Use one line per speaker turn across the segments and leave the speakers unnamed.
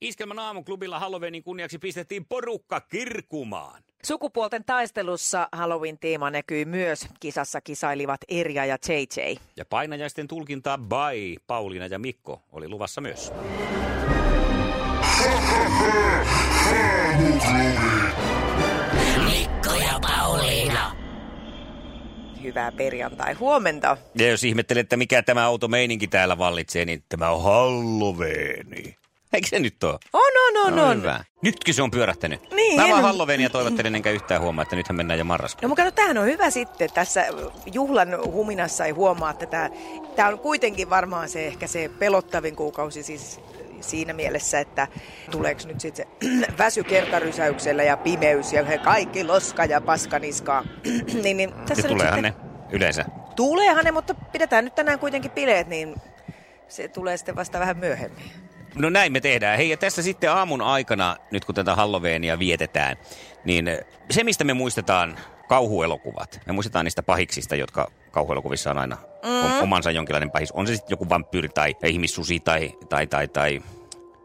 Iskelmän aamuklubilla Halloweenin kunniaksi pistettiin porukka kirkumaan.
Sukupuolten taistelussa Halloween-teema näkyy myös. Kisassa kisailivat Erja ja JJ.
Ja painajaisten tulkintaa by Pauliina ja Mikko oli luvassa myös.
Mikko ja Pauliina.
Hyvää perjantai-huomenta.
Ja jos ihmettelette, mikä tämä outo meininki täällä vallitsee, niin tämä on Halloweeni. Eikö se nyt ole?
On, on, No on, on.
No hyvä. Nytkö se on pyörähtänyt?
Niin,
Mä vaan
hieno.
Halloweenia toivottelen enkä yhtään huomaa, että nythän mennään jo
No
marraskuun.
mutta kato, tämähän on hyvä sitten. Tässä juhlan huminassa ei huomaa, että tämä, tämä on kuitenkin varmaan se ehkä se pelottavin kuukausi siis siinä mielessä, että tuleeko nyt sitten se väsy kertarysäyksellä ja pimeys ja he kaikki loska ja paskaniskaa. niin, niin,
Ja
tässä nyt
tuleehan
sitten-
ne yleensä.
Tuleehan ne, mutta pidetään nyt tänään kuitenkin bileet, niin se tulee sitten vasta vähän myöhemmin.
No näin me tehdään. Hei, ja tässä sitten aamun aikana, nyt kun tätä Halloweenia vietetään, niin se, mistä me muistetaan kauhuelokuvat, me muistetaan niistä pahiksista, jotka kauhuelokuvissa on aina mm. omansa jonkinlainen pahis. On se sitten joku vampyyri tai ihmissusi tai, tai, tai, tai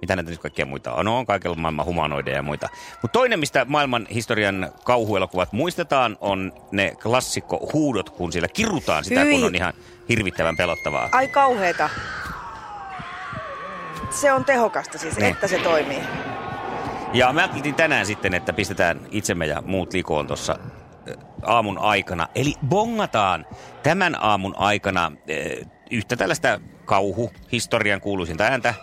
mitä näitä nyt kaikkea muita on. No on kaikilla maailman humanoideja ja muita. Mutta toinen, mistä maailman historian kauhuelokuvat muistetaan, on ne klassikko huudot, kun siellä kirutaan sitä,
Hyi.
kun on ihan hirvittävän pelottavaa.
Ai kauheeta. Se on tehokasta siis,
Niin.
että se toimii.
Ja mä ajattelin tänään sitten, että pistetään itsemme ja muut likoon tuossa ö, aamun aikana. Eli bongataan tämän aamun aikana ö, yhtä tällaista kauhuhistorian kuuluisinta ääntä.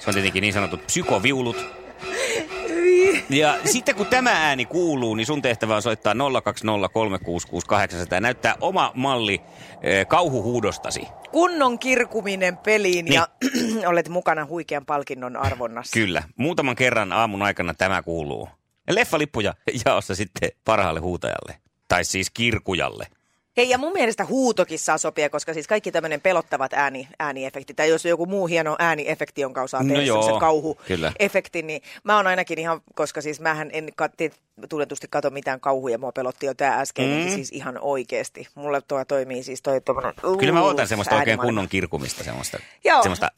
Se on tietenkin niin sanotut psykoviulut. Ja sitten kun tämä ääni kuuluu, niin sun tehtävä on soittaa 020366800 ja näyttää oma malli ö, kauhuhuudostasi.
Kunnon kirkuminen peliin ja olet mukana huikean palkinnon arvonnassa.
Kyllä, muutaman kerran aamun aikana tämä kuuluu. Leffalippuja jaossa sitten parhaalle huutajalle. Tai siis kirkujalle.
Hei, ja mun mielestä huutokin saa sopia, koska siis kaikki tämmöinen pelottavat ääni, ääniefekti, tai jos on joku muu hieno ääniefekti, jonka osaa
No
tehdä
joo,
no
kyllä.
kauhuefekti, niin mä oon ainakin ihan, koska siis mähän en katti, tunnetusti kato mitään kauhuja, mua pelotti jo tää äsken,
Mm.
mm. siis ihan oikeesti. Mulle tuo toimii siis toi tommonen,
Kyllä mä
uu,
ootan semmoista oikein
äänimaailma.
kunnon kirkumista, semmoista,
Joo.
semmoista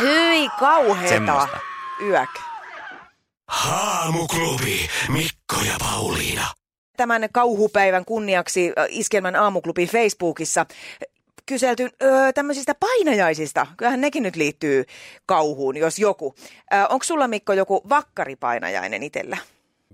Hyi kauheeta.
Semmoista.
Yök.
Haamuklubi, Mikko ja Pauliina.
Tämän kauhupäivän kunniaksi äh, Iskelmän aamuklubin Facebookissa kyselty öö, tämmöisistä painajaisista. Kyllähän nekin nyt liittyy kauhuun, jos joku. Öö, Onko sulla Mikko joku vakkaripainajainen itsellä?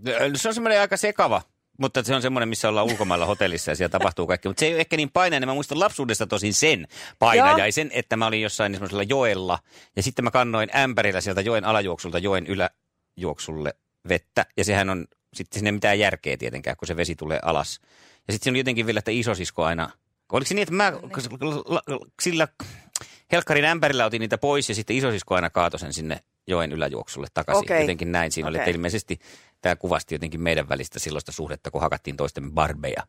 no Se on semmoinen aika sekava, mutta se on semmoinen, missä ollaan ulkomailla hotellissa ja siellä tapahtuu kaikki. Mutta se ei ole ehkä niin painajainen. Mä muistan lapsuudesta tosin sen painajaisen, että mä olin jossain semmoisella joella. Ja sitten mä kannoin ämpärillä sieltä joen alajuoksulta joen yläjuoksulle vettä. Ja sehän on, sitten sinne ei mitään järkeä tietenkään, kun se vesi tulee alas. Ja sitten siinä on jotenkin vielä, että isosisko aina. Oliko se niin, että mä sillä helkkarin ämpärillä otin niitä pois ja sitten isosisko aina kaatoi sen sinne joen yläjuoksulle takaisin.
Okei.
Jotenkin jotenkin näin siinä oli.
Okei.
Että ilmeisesti tämä kuvasti jotenkin meidän välistä silloista suhdetta, kun hakattiin toistemme barbeja.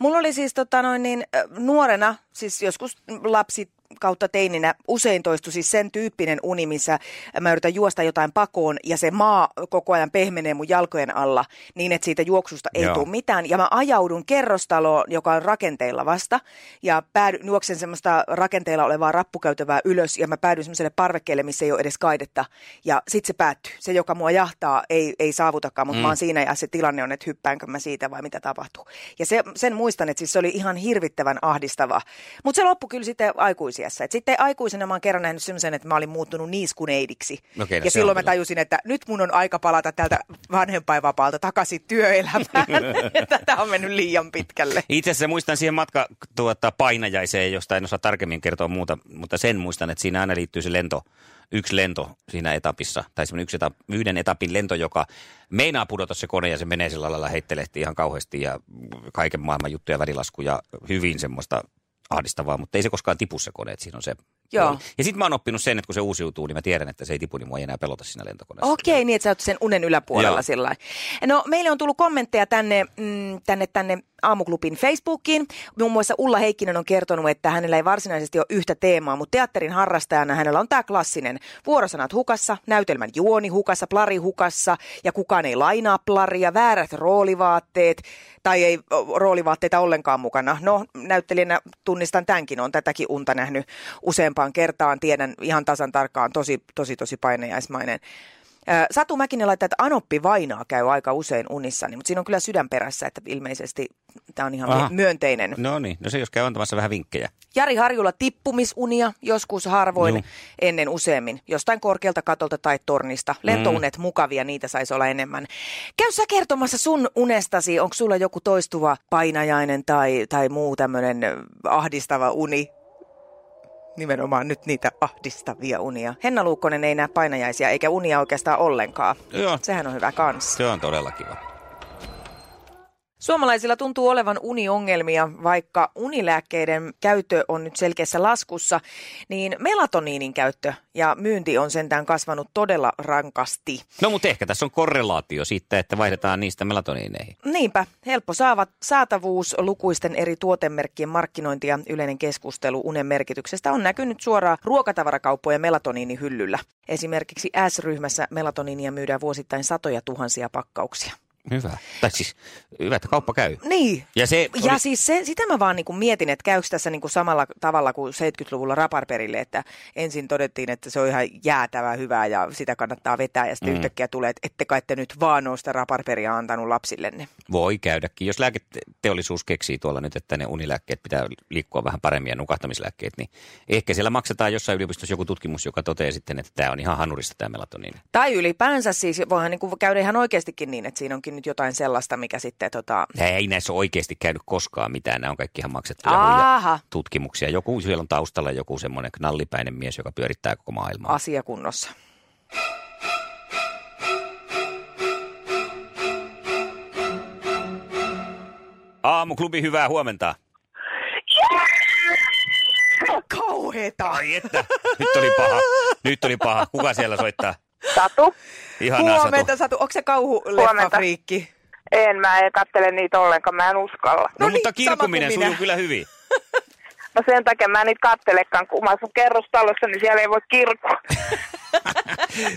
Mulla oli siis tota noin niin, ö, nuorena, siis joskus lapsi kautta teininä usein toistui siis sen tyyppinen uni, missä mä yritän juosta jotain pakoon ja se maa koko ajan pehmenee mun jalkojen alla niin, että siitä juoksusta ei
Joo.
tule mitään. Ja mä ajaudun kerrostaloon, joka on rakenteilla vasta ja päädy, juoksen semmoista rakenteilla olevaa rappukäytävää ylös ja mä päädyin semmoiselle parvekkeelle, missä ei ole edes kaidetta. Ja sit se päättyy. Se, joka mua jahtaa, ei, ei saavutakaan, mutta mm. mä oon siinä ja se tilanne on, että hyppäänkö mä siitä vai mitä tapahtuu. Ja se, sen muistan, että siis se oli ihan hirvittävän ahdistava. Mutta se loppui kyllä sitten aikuisiässä. Et sitten aikuisena mä oon kerran nähnyt semmoisen, että mä olin muuttunut niiskuneidiksi.
Okei, no
ja
se on
silloin mä
kyllä.
tajusin, että nyt mun on aika palata tältä vanhempainvapaalta takaisin työelämään. ja tätä on mennyt liian pitkälle.
Itse asiassa muistan siihen matka tuota, painajaiseen, josta en osaa tarkemmin kertoa muuta, mutta sen muistan, että siinä aina liittyy se lento, yksi lento siinä etapissa, tai semmoinen yksi etap, yhden etapin lento, joka meinaa pudota se kone ja se menee sillä lailla heittelehti ihan kauheasti ja kaiken maailman juttuja, välilaskuja, hyvin semmoista ahdistavaa, mutta ei se koskaan tipu se kone, että siinä on se
Joo.
Ja sitten mä oon oppinut sen, että kun se uusiutuu, niin mä tiedän, että se ei tipu, niin mua ei enää pelota siinä lentokoneessa.
Okei, okay, niin että sä oot sen unen yläpuolella
Joo.
sillä lailla. No meille on tullut kommentteja tänne, mm, tänne, tänne aamuklubin Facebookiin. Muun muassa Ulla Heikkinen on kertonut, että hänellä ei varsinaisesti ole yhtä teemaa, mutta teatterin harrastajana hänellä on tämä klassinen. Vuorosanat hukassa, näytelmän juoni hukassa, plari hukassa ja kukaan ei lainaa plaria, väärät roolivaatteet tai ei o, roolivaatteita ollenkaan mukana. No näyttelijänä tunnistan tämänkin, on tätäkin unta nähnyt useampaan kertaan, tiedän ihan tasan tarkkaan, tosi tosi, tosi painajaismainen. Ö, Satu Mäkinen laittaa, että Anoppi Vainaa käy aika usein unissani, mutta siinä on kyllä sydän perässä, että ilmeisesti tämä on ihan
Aha.
Aha. myönteinen.
No niin, no se jos käy antamassa vähän vinkkejä.
Jari Harjulla tippumisunia, joskus harvoin,
Juu.
ennen useammin. Jostain korkealta katolta tai tornista. Lentounet mm. mukavia, niitä saisi olla enemmän. Käy sä kertomassa sun unestasi, onko sulla joku toistuva painajainen tai, tai muu tämmöinen ahdistava uni? Nimenomaan nyt niitä ahdistavia unia. Henna Luukkonen ei näe painajaisia eikä unia oikeastaan ollenkaan.
Joo,
Sehän on hyvä kans.
se on todella kiva.
Suomalaisilla tuntuu olevan uniongelmia, vaikka unilääkkeiden käyttö on nyt selkeässä laskussa, niin melatoniinin käyttö ja myynti on sentään kasvanut todella rankasti.
No mutta ehkä tässä on korrelaatio siitä, että vaihdetaan niistä melatoniineihin.
Niinpä, helppo saavat, saatavuus, lukuisten eri tuotemerkkien markkinointi ja yleinen keskustelu unen merkityksestä on näkynyt suoraan ruokatavarakauppojen melatoniinihyllyllä. Esimerkiksi S-ryhmässä melatoniinia myydään vuosittain satoja tuhansia pakkauksia.
Hyvä. Tai siis hyvä, että kauppa käy.
Niin,
Ja se
Ja
oli-
siis se, sitä mä vaan niinku mietin, että käykö tässä niinku samalla tavalla kuin 70-luvulla raparperille, että ensin todettiin, että se on ihan jäätävää hyvää ja sitä kannattaa vetää ja sitten mm. yhtäkkiä tulee, että ette kai te nyt vaan ole sitä raparperia antanut lapsillenne.
Voi käydäkin. Jos lääketeollisuus keksii tuolla nyt, että ne unilääkkeet pitää liikkua vähän paremmin ja nukahtamislääkkeet, niin ehkä siellä maksetaan jossain yliopistossa joku tutkimus, joka toteaa sitten, että tämä on ihan hanurista tämä melatoniini.
Tai ylipäänsä siis, voihan niinku käydä ihan oikeastikin niin, että siinä onkin nyt jotain sellaista, mikä sitten tota...
Ei näissä ole oikeasti käynyt koskaan mitään. Nämä on kaikki ihan maksettuja huija-
Aha,
tutkimuksia. Joku siellä on taustalla joku semmoinen knallipäinen mies, joka pyörittää koko maailmaa.
asiakunnossa.
Aamuklubi, hyvää huomenta.
Kauheeta!
Ai että, nyt oli paha. Nyt oli paha. Kuka siellä soittaa?
Satu.
Ihanaa
Huomenta No
Satu.
Satu, onko se
Huomenta.
kauhuleffafriikki?
En, mä en kattele niitä ollenkaan, mä en uskalla.
No,
No
mutta
niin, sama kuin
kirkuminen
minä.
sujuu kyllä hyvin.
No sen takia mä en niitä kattelekaan, kun mä asun kerrostalossa, niin siellä ei voi kirkua.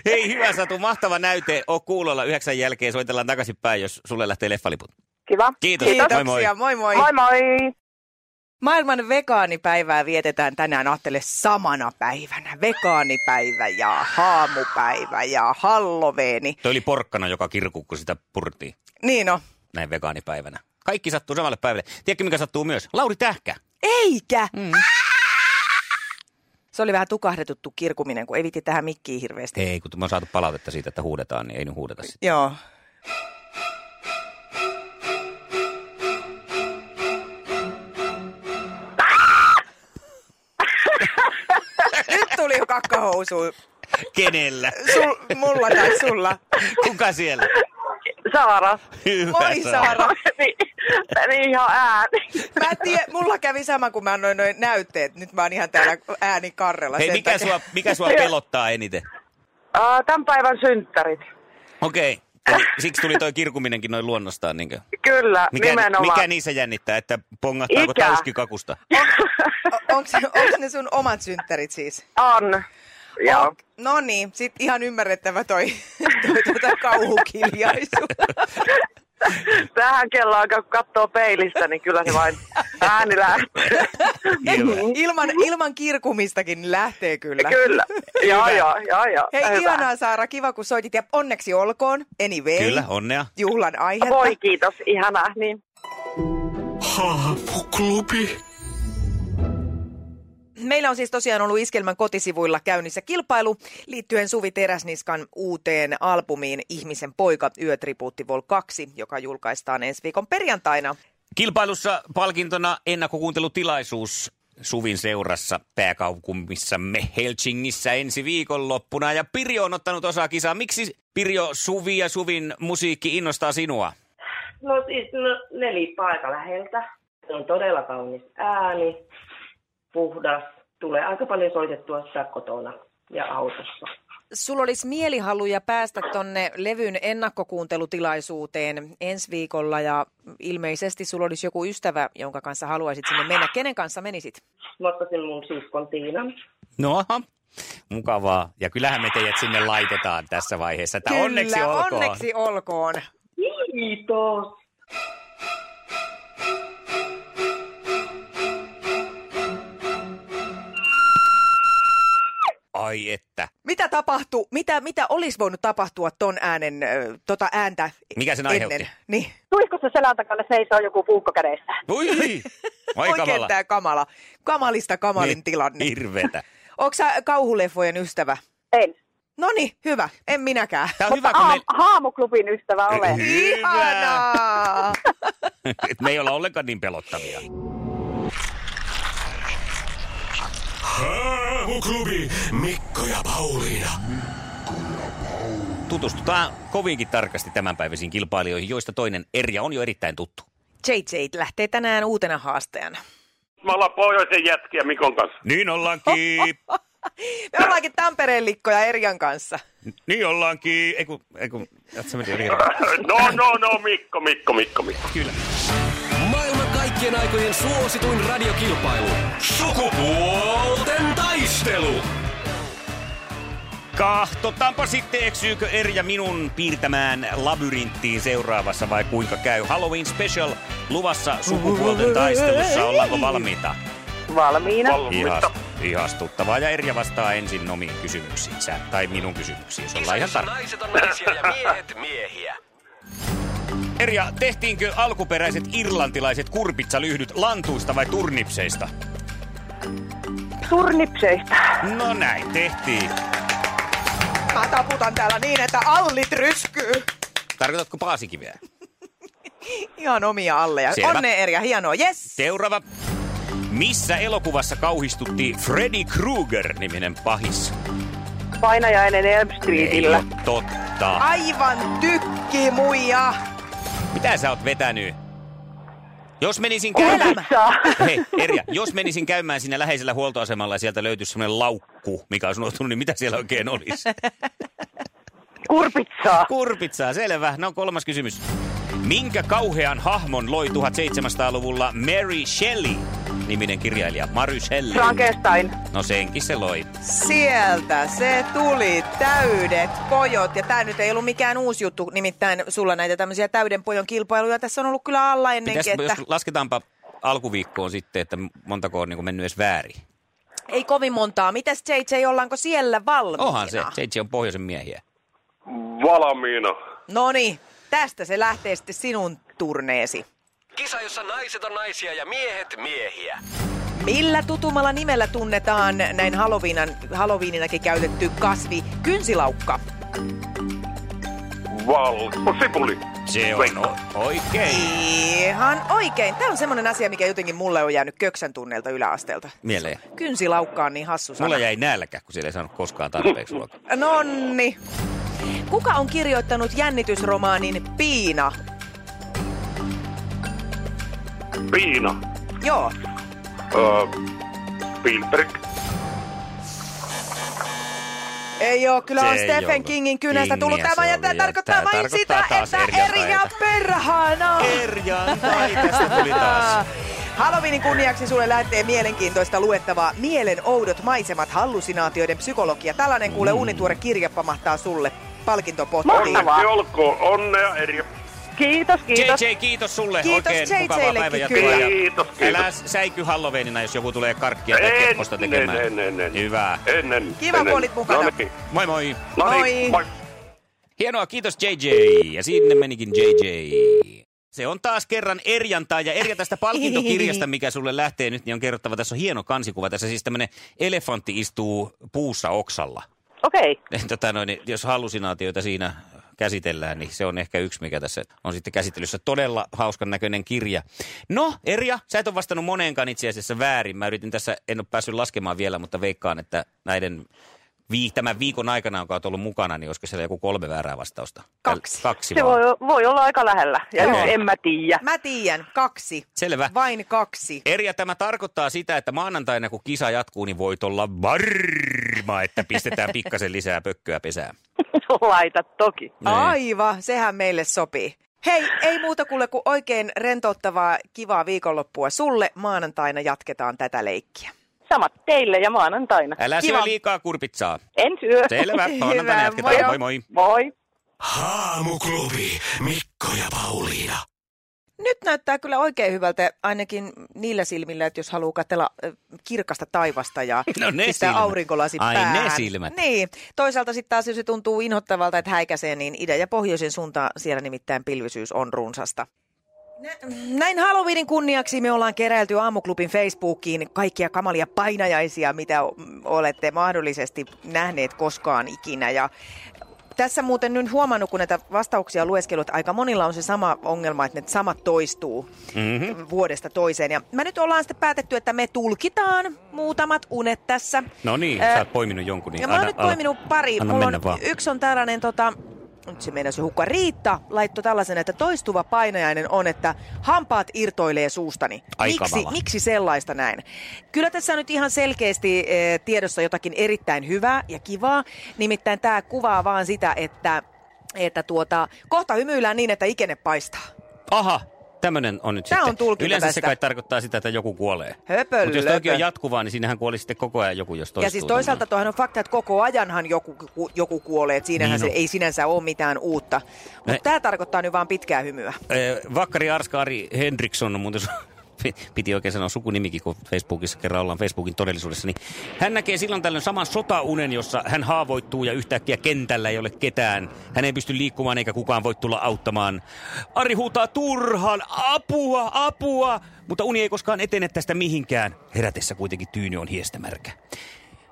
Hei, hyvä Satu, mahtava näyte. O kuulolla yhdeksän jälkeen. Soitellaan takaisinpäin, jos sulle lähtee leffaliput.
Kiva.
Kiitos.
Kiitoksia,
Moi moi.
moi moi.
Moi moi.
Maailman vegaanipäivää vietetään tänään, ajattele samana päivänä. Vegaanipäivä ja haamupäivä ja halloveeni.
Toi oli porkkana, joka kirkuu, kun sitä purtiin
Niin on.
näin vegaanipäivänä. Kaikki sattuu samalle päivälle. Tiedätkö, mikä sattuu myös? Lauri Tähkä.
Eikä! Mm. Se oli vähän tukahdetettu kirkuminen, kun ei viti tähän mikkiin hirveästi.
Ei, kun me on saatu palautetta siitä, että huudetaan, niin ei nyt huudeta sitä.
Joo. Nyt tuli jo kakkahousu.
Kenellä?
Sul, mulla tai sulla.
Kuka siellä?
Saara.
Hyvä,
Moi Saara.
niin, niin ihan ääni.
Mä tie, mulla kävi sama, kun mä annoin noin näytteet. Nyt mä oon ihan täällä ääni karrella.
Hei,
sen
mikä
takia.
sua, mikä sua pelottaa eniten?
Uh, tämän päivän synttärit.
Okei. Ja Siksi tuli toi kirkuminenkin noin luonnostaan. Niinkö?
Kyllä,
Mikä,
nimenomaan.
mikä niissä jännittää, että pongahtaako
Ikä.
tauski kakusta?
O- Onks, onks ne sun omat synttärit siis?
On. Joo.
Ok, No niin, sit ihan ymmärrettävä toi, toi tuota kauhukiljaisuus.
Tähän kelloaikaan, kun katsoo peilistä, niin kyllä se vain ääni lähtee.
Hyvä.
Ilman, ilman kirkumistakin lähtee kyllä.
Kyllä. Joo, joo, joo, joo.
Hei,
Hyvä.
ihanaa Saara, kiva kun soitit ja onneksi olkoon. Anyway,
Kyllä, onnea.
juhlan aihetta.
Voi kiitos, ihanaa. Niin.
Haapuklubi.
Meillä on siis tosiaan ollut Iskelmän kotisivuilla käynnissä kilpailu liittyen Suvi Teräsniskan uuteen albumiin Ihmisen poika Yötribuutti Vol 2, joka julkaistaan ensi viikon perjantaina.
Kilpailussa palkintona ennakkokuuntelutilaisuus Suvin seurassa pääkaupungissamme Helsingissä ensi viikonloppuna. Ja Pirjo on ottanut osaa kisaa. Miksi Pirjo Suvi ja Suvin musiikki innostaa sinua?
No siis no, nelipaikka läheltä. Se on todella kaunis ääni, puhdas tulee aika paljon soitettua sitä kotona ja autossa.
Sulla olisi mielihaluja päästä tonne levyn ennakkokuuntelutilaisuuteen ensi viikolla ja ilmeisesti sulla olisi joku ystävä, jonka kanssa haluaisit sinne mennä. Kenen kanssa menisit?
Mä ottaisin mun siskon Tiinan.
No aha. Mukavaa. Ja kyllähän me teidät sinne laitetaan tässä vaiheessa. Että onneksi
Kyllä,
olkoon.
onneksi olkoon.
Kiitos.
Ai että.
Mitä tapahtui, mitä, mitä olisi voinut tapahtua ton äänen, ö, tota ääntä
Mikä sen
ennen?
aiheutti?
Niin.
Tuisko se selän takana seisoo joku puukko kädessä?
Voi! Ai
Oikein
kamala.
tää kamala. Kamalista kamalin
Niin,
tilanne.
Hirvetä.
Onko sä kauhuleffojen ystävä?
En.
Noni, hyvä. En minäkään.
Tämä on hyvä, kun
Aam,
me,
haamuklubin ystävä olen.
Hyvä.
Ihanaa!
me ei olla ollenkaan niin pelottavia.
Aamuklubi Mikko ja Pauliina.
Tutustutaan kovinkin tarkasti tämänpäiväisiin kilpailijoihin, joista toinen Erja on jo erittäin tuttu.
JJ lähtee tänään uutena haastajana.
Me ollaan pohjoisen jätkiä Mikon kanssa.
Niin ollaankin.
Me ollaankin Tampereen likkoja Erjan kanssa.
niin ollaankin. Eiku, eiku, se meni oli
No, no, no, Mikko, Mikko, Mikko, Mikko.
Kyllä.
Maailman kaikkien aikojen suosituin radiokilpailu. Sukupuolten taistelu.
Kahtotaanpa sitten, eksyykö Erja minun piirtämään labyrinttiin seuraavassa vai kuinka käy. Halloween special luvassa sukupuolten taistelussa. Ollaanko valmiita?
Valmiina.
Ihas, ihastuttavaa. Ja Erja vastaa ensin omiin kysymyksiinsä. Tai minun kysymyksiin, jos ollaan ihan tarkka.
naiset on naisia ja miehet miehiä.
Erja, tehtiinkö alkuperäiset irlantilaiset kurpitsalyhdyt lantuista vai turnipseista?
Turnipseistä.
No näin, tehtiin.
Mä taputan täällä niin, että allit ryskyy.
Tarkoitatko paasikiveä?
Ihan omia alleja.
Selvä.
Onne Erja, hienoa. Yes.
Seuraava. Missä elokuvassa kauhistutti Freddy Krueger-niminen pahis?
Painajainen Elm
Ei
Streetillä.
ole totta.
Aivan tykki muija.
Mitä sä oot vetänyt? Jos menisin käymään...
Kurpitsaa.
Hei, Erja, jos menisin käymään siinä läheisellä huoltoasemalla ja sieltä löytyisi semmoinen laukku, mikä olisi unohtunut, niin mitä siellä oikein olisi?
Kurpitsaa.
Kurpitsaa, selvä. No kolmas kysymys. Minkä kauhean hahmon loi 1700-luvulla Mary Shelley? Niminen kirjailija Mary Shelley.
Frankenstein.
No senkin se loi.
Sieltä se tuli täydet pojot. Ja tää nyt ei ollut mikään uusi juttu. Nimittäin sulla näitä tämmöisiä täyden pojon kilpailuja tässä on ollut kyllä alla
Pitäis,
ennenkin. Että
jos lasketaanpa alkuviikkoon sitten, että montako on niin mennyt edes väärin.
Ei kovin montaa. Mitäs JJ, ollaanko siellä valmiina?
Onhan se, Seitsi on pohjoisen miehiä.
Valmiina.
Noniin, No niin, tästä se lähtee sitten sinun turneesi.
Kisa, jossa naiset on naisia ja miehet miehiä.
Millä tutumalla nimellä tunnetaan näin Halloweenan, Halloweeninakin käytetty kasvi kynsilaukka?
Val... Oh, sipuli.
Se on no-
Veikko.
o- oikein.
Ihan oikein. Tämä on semmoinen asia, mikä jotenkin mulle on jäänyt köksän tunneelta yläasteelta.
Mieleen.
Kynsilaukka on niin hassu sana.
Mulla jäi nälkä, kun siellä ei saanut koskaan tarpeeksi ruokaa.
Nonni. Kuka on kirjoittanut jännitysromaanin Piina?
Piina.
Joo,
Öö, Spielberg.
Ei ole, kyllä
Se
on
ei
Stephen
ollut.
Kingin kynästä tullut
Kingiä
tämä
se
ja
oli,
tämä
ja
tarkoittaa
tää
vain sitä,
tarkoittaa taas
että
Erjan
Erja
päivää.
perhana.
Erjan tai tästä tuli taas.
Halloweenin kunniaksi sulle lähtee mielenkiintoista luettavaa Mielen oudot maisemat, hallusinaatioiden psykologia. Tällainen kuule
Mm.
unituore kirja pamahtaa sulle palkintopottiin.
Onneksi olkoon. Onnea eri.
Kiitos, kiitos.
JJ, kiitos sulle.
Kiitos
Oikein
JJ
mukavaa
llekin
päivänjatkoa
kyllä.
ja
Kiitos, kiitos.
Älä säiky Halloweenina, jos joku tulee karkkia tai
En,
kepposta tekemään.
en, en, en.
Hyvä.
Ennen.
Kiva, kun
ennen.
olit mukana.
No niin.
Moi moi.
No
Moi.
niin. Moi.
Hienoa, kiitos JJ. Ja sinne menikin JJ. Se on taas kerran Erjantai ja Erja tästä palkintokirjasta, mikä sulle lähtee nyt, niin on kerrottava. Tässä on hieno kansikuva. Tässä siis tämmöinen elefantti istuu puussa oksalla.
Okei.
Tota noin, jos hallusinaatioita siinä käsitellään, niin se on ehkä yksi, mikä tässä on sitten käsittelyssä. Todella hauskan näköinen kirja. No, Erja, sä et ole vastannut moneenkaan itse asiassa väärin. Mä yritin tässä, en ole päässyt laskemaan vielä, mutta veikkaan, että näiden vii- tämän viikon aikana, joka olet ollut mukana, niin olisiko siellä joku kolme väärää vastausta?
Kaksi.
Täl- Kaksi
Se
vaan.
voi, voi olla aika lähellä. Ja
Joo.
yksi en mä tiedä.
Mä tiedän, kaksi.
Selvä. Niin.
Vain kaksi.
Erja, tämä tarkoittaa sitä, että maanantaina kun kisa jatkuu, niin voit olla varma, että pistetään pikkasen lisää pökköä pesään.
Laita toki.
Niin.
Aivan, sehän meille sopii. Hei, ei muuta kuule kuin oikein rentouttavaa, kivaa viikonloppua sulle. Maanantaina jatketaan tätä leikkiä.
Samat teille ja maanantaina.
Älä syö
Kiva.
liikaa kurpitsaa.
En syö.
Selvä,
Hyvä,
maanantaina jatketaan. Moi
moi.
moi.
Moi.
Haamuklubi. Mikko ja Pauliina.
Nyt näyttää kyllä oikein hyvältä, ainakin niillä silmillä, että jos haluaa katsella ö, kirkasta taivasta ja
No ne
pistää
silmät.
aurinkolasi
Ai ne
päähän.
silmät.
Niin. Toisaalta sitten taas, jos se tuntuu inhottavalta, että häikäisee, niin idän ja pohjoisen suuntaan siellä nimittäin pilvisyys on runsasta. Nä- Näin Halloweenin kunniaksi me ollaan keräilty aamuklubin Facebookiin kaikkia kamalia painajaisia, mitä o- olette mahdollisesti nähneet koskaan ikinä. Ja tässä muuten nyt huomannut, kun näitä vastauksia lueskelut, aika monilla on se sama ongelma, että ne samat toistuu mm-hmm. vuodesta toiseen. Ja mä nyt ollaan sitten päätetty, että me tulkitaan muutamat unet tässä.
No niin,
Ö,
sä oot poiminut jonkun. Niin
ja mä oon nyt toiminut pari.
Anna
Mulla
mennä
on,
vaan.
yksi on tällainen, tota, nyt se meinasi hukka. Riitta laittoi tällaisen, että toistuva painajainen on, että hampaat irtoilee suustani.
Ai
miksi,
kamala.
miksi sellaista näin? Kyllä tässä on nyt ihan selkeästi eh, tiedossa jotakin erittäin hyvää ja kivaa. Nimittäin tämä kuvaa vaan sitä, että, että tuota, kohta hymyillään niin, että ikene paistaa.
Aha, tämmönen on nyt
Tää on
sitten.
tulkinta
Yleensä se
tästä.
kai tarkoittaa sitä, että joku kuolee.
Höpölö,
Mutta jos toki
höpö.
on jatkuvaa, niin siinähän kuoli sitten koko ajan joku, jos toistuu.
Ja siis toisaalta tuohan on fakta, että koko ajanhan joku, ku- joku kuolee, että siinähän
Niin
niin
on.
se ei sinänsä ole mitään uutta.
Näin.
Mutta tämä tarkoittaa nyt vaan pitkää hymyä.
Ö, Eh, Vakkari Arska Ari Henriksson on muuten su- piti oikein sanoa sukunimikin, kun Facebookissa kerran ollaan Facebookin todellisuudessa, niin hän näkee silloin tällöin saman sotaunen, jossa hän haavoittuu ja yhtäkkiä kentällä ei ole ketään. Hän ei pysty liikkumaan eikä kukaan voi tulla auttamaan. Ari huutaa turhaan, apua, apua, mutta uni ei koskaan etene tästä mihinkään. Herätessä kuitenkin tyyny on hiestämärkä.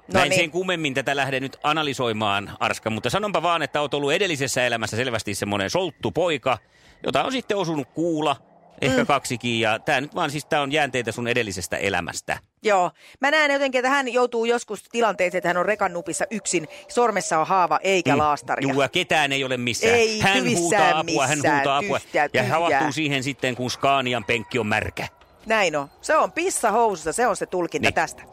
No
Näin
niin.
sen kummemmin tätä lähde nyt analysoimaan, Arska, mutta sanonpa vaan, että oot ollut edellisessä elämässä selvästi semmoinen solttu poika, jota on sitten osunut kuula, ehkä mm. kaksikin, ja tämä nyt vaan siis tää on jäänteitä sun edellisestä elämästä.
Joo. Mä näen jotenkin, että hän joutuu joskus tilanteeseen, että hän on rekan nupissa yksin, sormessa on haava eikä mm. laastaria.
Niin. Juu, ja ketään ei ole missään.
Ei
hän
tyvissään
huutaa apua, hän
missään,
huutaa apua.
tyhjää,
ja hän
tyhjää.
havahtuu siihen sitten, kun Skaanian penkki on märkä.
Näin on. Se on pissa housussa, se on se tulkinta
Niin.
niin. tästä.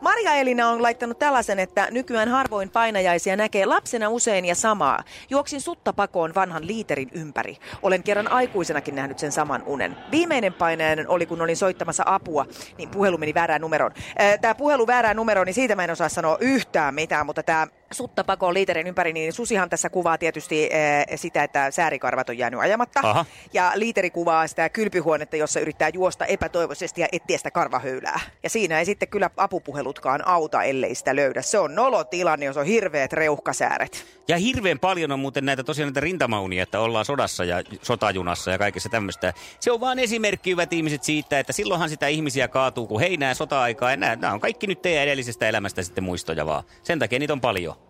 Marja Elina on laittanut tällaisen, että nykyään harvoin painajaisia näkee lapsena usein ja samaa. Juoksin sutta pakoon vanhan liiterin ympäri. Olen kerran aikuisenakin nähnyt sen saman unen. Viimeinen painajainen oli, kun olin soittamassa apua, niin puhelu meni väärään numeroon. Tämä puhelu väärään numeroon, niin siitä mä en osaa sanoa yhtään mitään, mutta tämä sutta pakoon liiterin ympäri, niin susihan tässä kuvaa tietysti eh, sitä, että säärikarvat on jäänyt ajamatta.
Aha.
Ja liiteri kuvaa sitä kylpyhuonetta, jossa yrittää juosta epätoivoisesti ja etsiä sitä karvahöylää. Ja siinä ei sitten kyllä apupuhelutkaan auta, ellei sitä löydä. Se on nolotilanne, jos on hirveät reuhkasääret.
Ja hirveän paljon on muuten näitä tosiaan näitä rintamaunia, että ollaan sodassa ja sotajunassa ja kaikessa tämmöistä. Se on vaan esimerkki, hyvät ihmiset, siitä, että silloinhan sitä ihmisiä kaatuu, kun heinää sota-aikaa. Ja nämä, nämä on kaikki nyt teidän edellisestä elämästä sitten muistoja vaan. Sen takia niitä on paljon.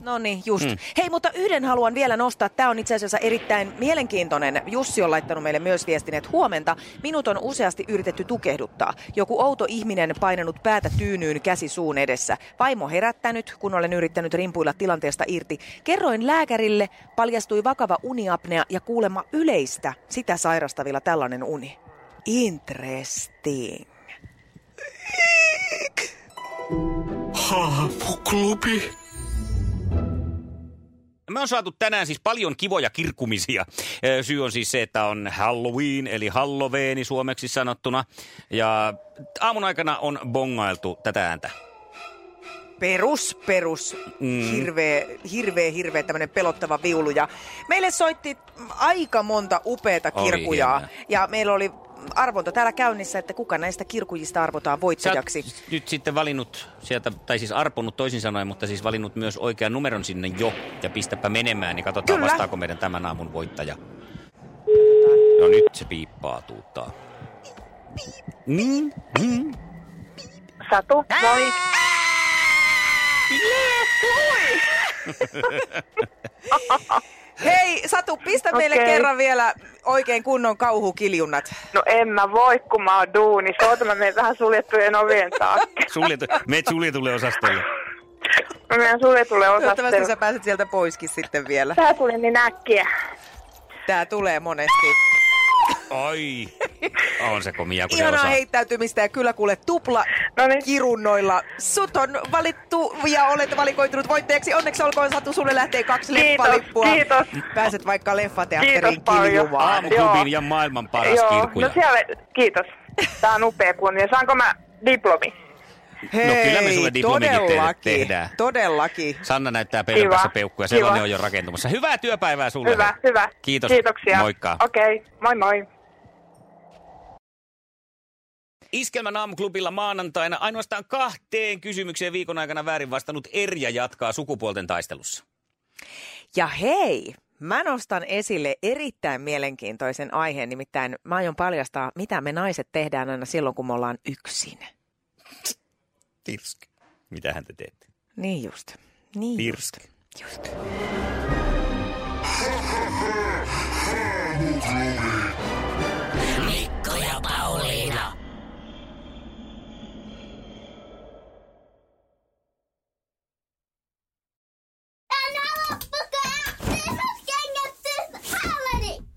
No niin, just. Mm. Hei, mutta yhden haluan vielä nostaa. Tämä on itse asiassa erittäin mielenkiintoinen. Jussi on laittanut meille myös viestin, että huomenta. Minut on useasti yritetty tukehduttaa. Joku outo ihminen painanut päätä tyynyyn käsi suun edessä. Vaimo herättänyt, kun olen yrittänyt rimpuilla tilanteesta irti. Kerroin lääkärille, paljastui vakava uniapnea ja kuulemma yleistä sitä sairastavilla tällainen uni. Interesting.
Haamuklubi.
Me on saatu tänään siis paljon kivoja kirkumisia. Ö, Syy on siis se, että on Halloween, eli Halloweeni suomeksi sanottuna. Ja aamun aikana on bongailtu tätä ääntä.
perus, perus, mm. hirveä, hirveä, hirveä tämmöinen pelottava viulu. Ja meille soitti aika monta upeata
Oli
kirkujaa.
hienoa.
ja meillä oli arvonta täällä käynnissä, että kuka näistä kirkujista arvotaan
Sä oot
voittajaksi.
nyt sitten valinnut sieltä, tai siis arponut toisin sanoen, mutta siis valinnut myös oikean numeron sinne jo. Ja pistäpä menemään, niin katsotaan
Kyllä.
vastaako meidän tämän aamun voittaja. No nyt se piippaa tuuttaa. Niin? Mm.
Satu. Moi.
Hei Satu, pistä okay. meille
Okei.
kerran vielä oikein kunnon kauhukiljunat.
No en mä voi, kun mä oon duunissa. Oota, mä menen vähän suljettujen ovien taakse.
Suljetu, meet suljetulle osastolle.
No meidän sulle tulee
Toivottavasti
osastelu.
sä pääset sieltä poiskin sitten vielä.
Tää tuli niin äkkiä.
Tää tulee monesti.
Ai, on se komia, kun se
Ihanaa
osaa.
heittäytymistä ja kyllä kuule tupla
Noniin.
kirunnoilla. Sut on valittu ja olet valikoitunut voittajaksi. Onneksi olkoon Satu, sulle lähtee kaksi
Kiitos,
leffalippua.
kiitos.
Pääset vaikka leffateatteriin
Kiitos paljon.
kiljumaan.
Joo.
Aamuklubin ja maailman paras
Joo,
kirkkuja.
no siellä, kiitos. Tää on upea kunnia. Saanko mä diplomi?
No kyllä me sulle diplomikin teille
todellakin,
tehdään.
Todellakin.
Sanna näyttää pöydän päässä
Kiva,
peukkuja,
kiva.
sellainen on jo rakentumassa. Hyvää työpäivää sulle.
Hyvä, hyvä.
Kiitos.
Kiitoksia.
Moikka.
Okei, okay. moi moi.
Iskelmän aamuklubilla maanantaina ainoastaan kahteen kysymykseen viikon aikana väärin vastannut Erja jatkaa sukupuolten taistelussa.
Ja hei, mä nostan esille erittäin mielenkiintoisen aiheen, nimittäin mä aion paljastaa, mitä me naiset tehdään aina silloin, kun me ollaan yksin.
Tirsk. Mitähän te teette?
Niin just. Niin
Tirsk.
just.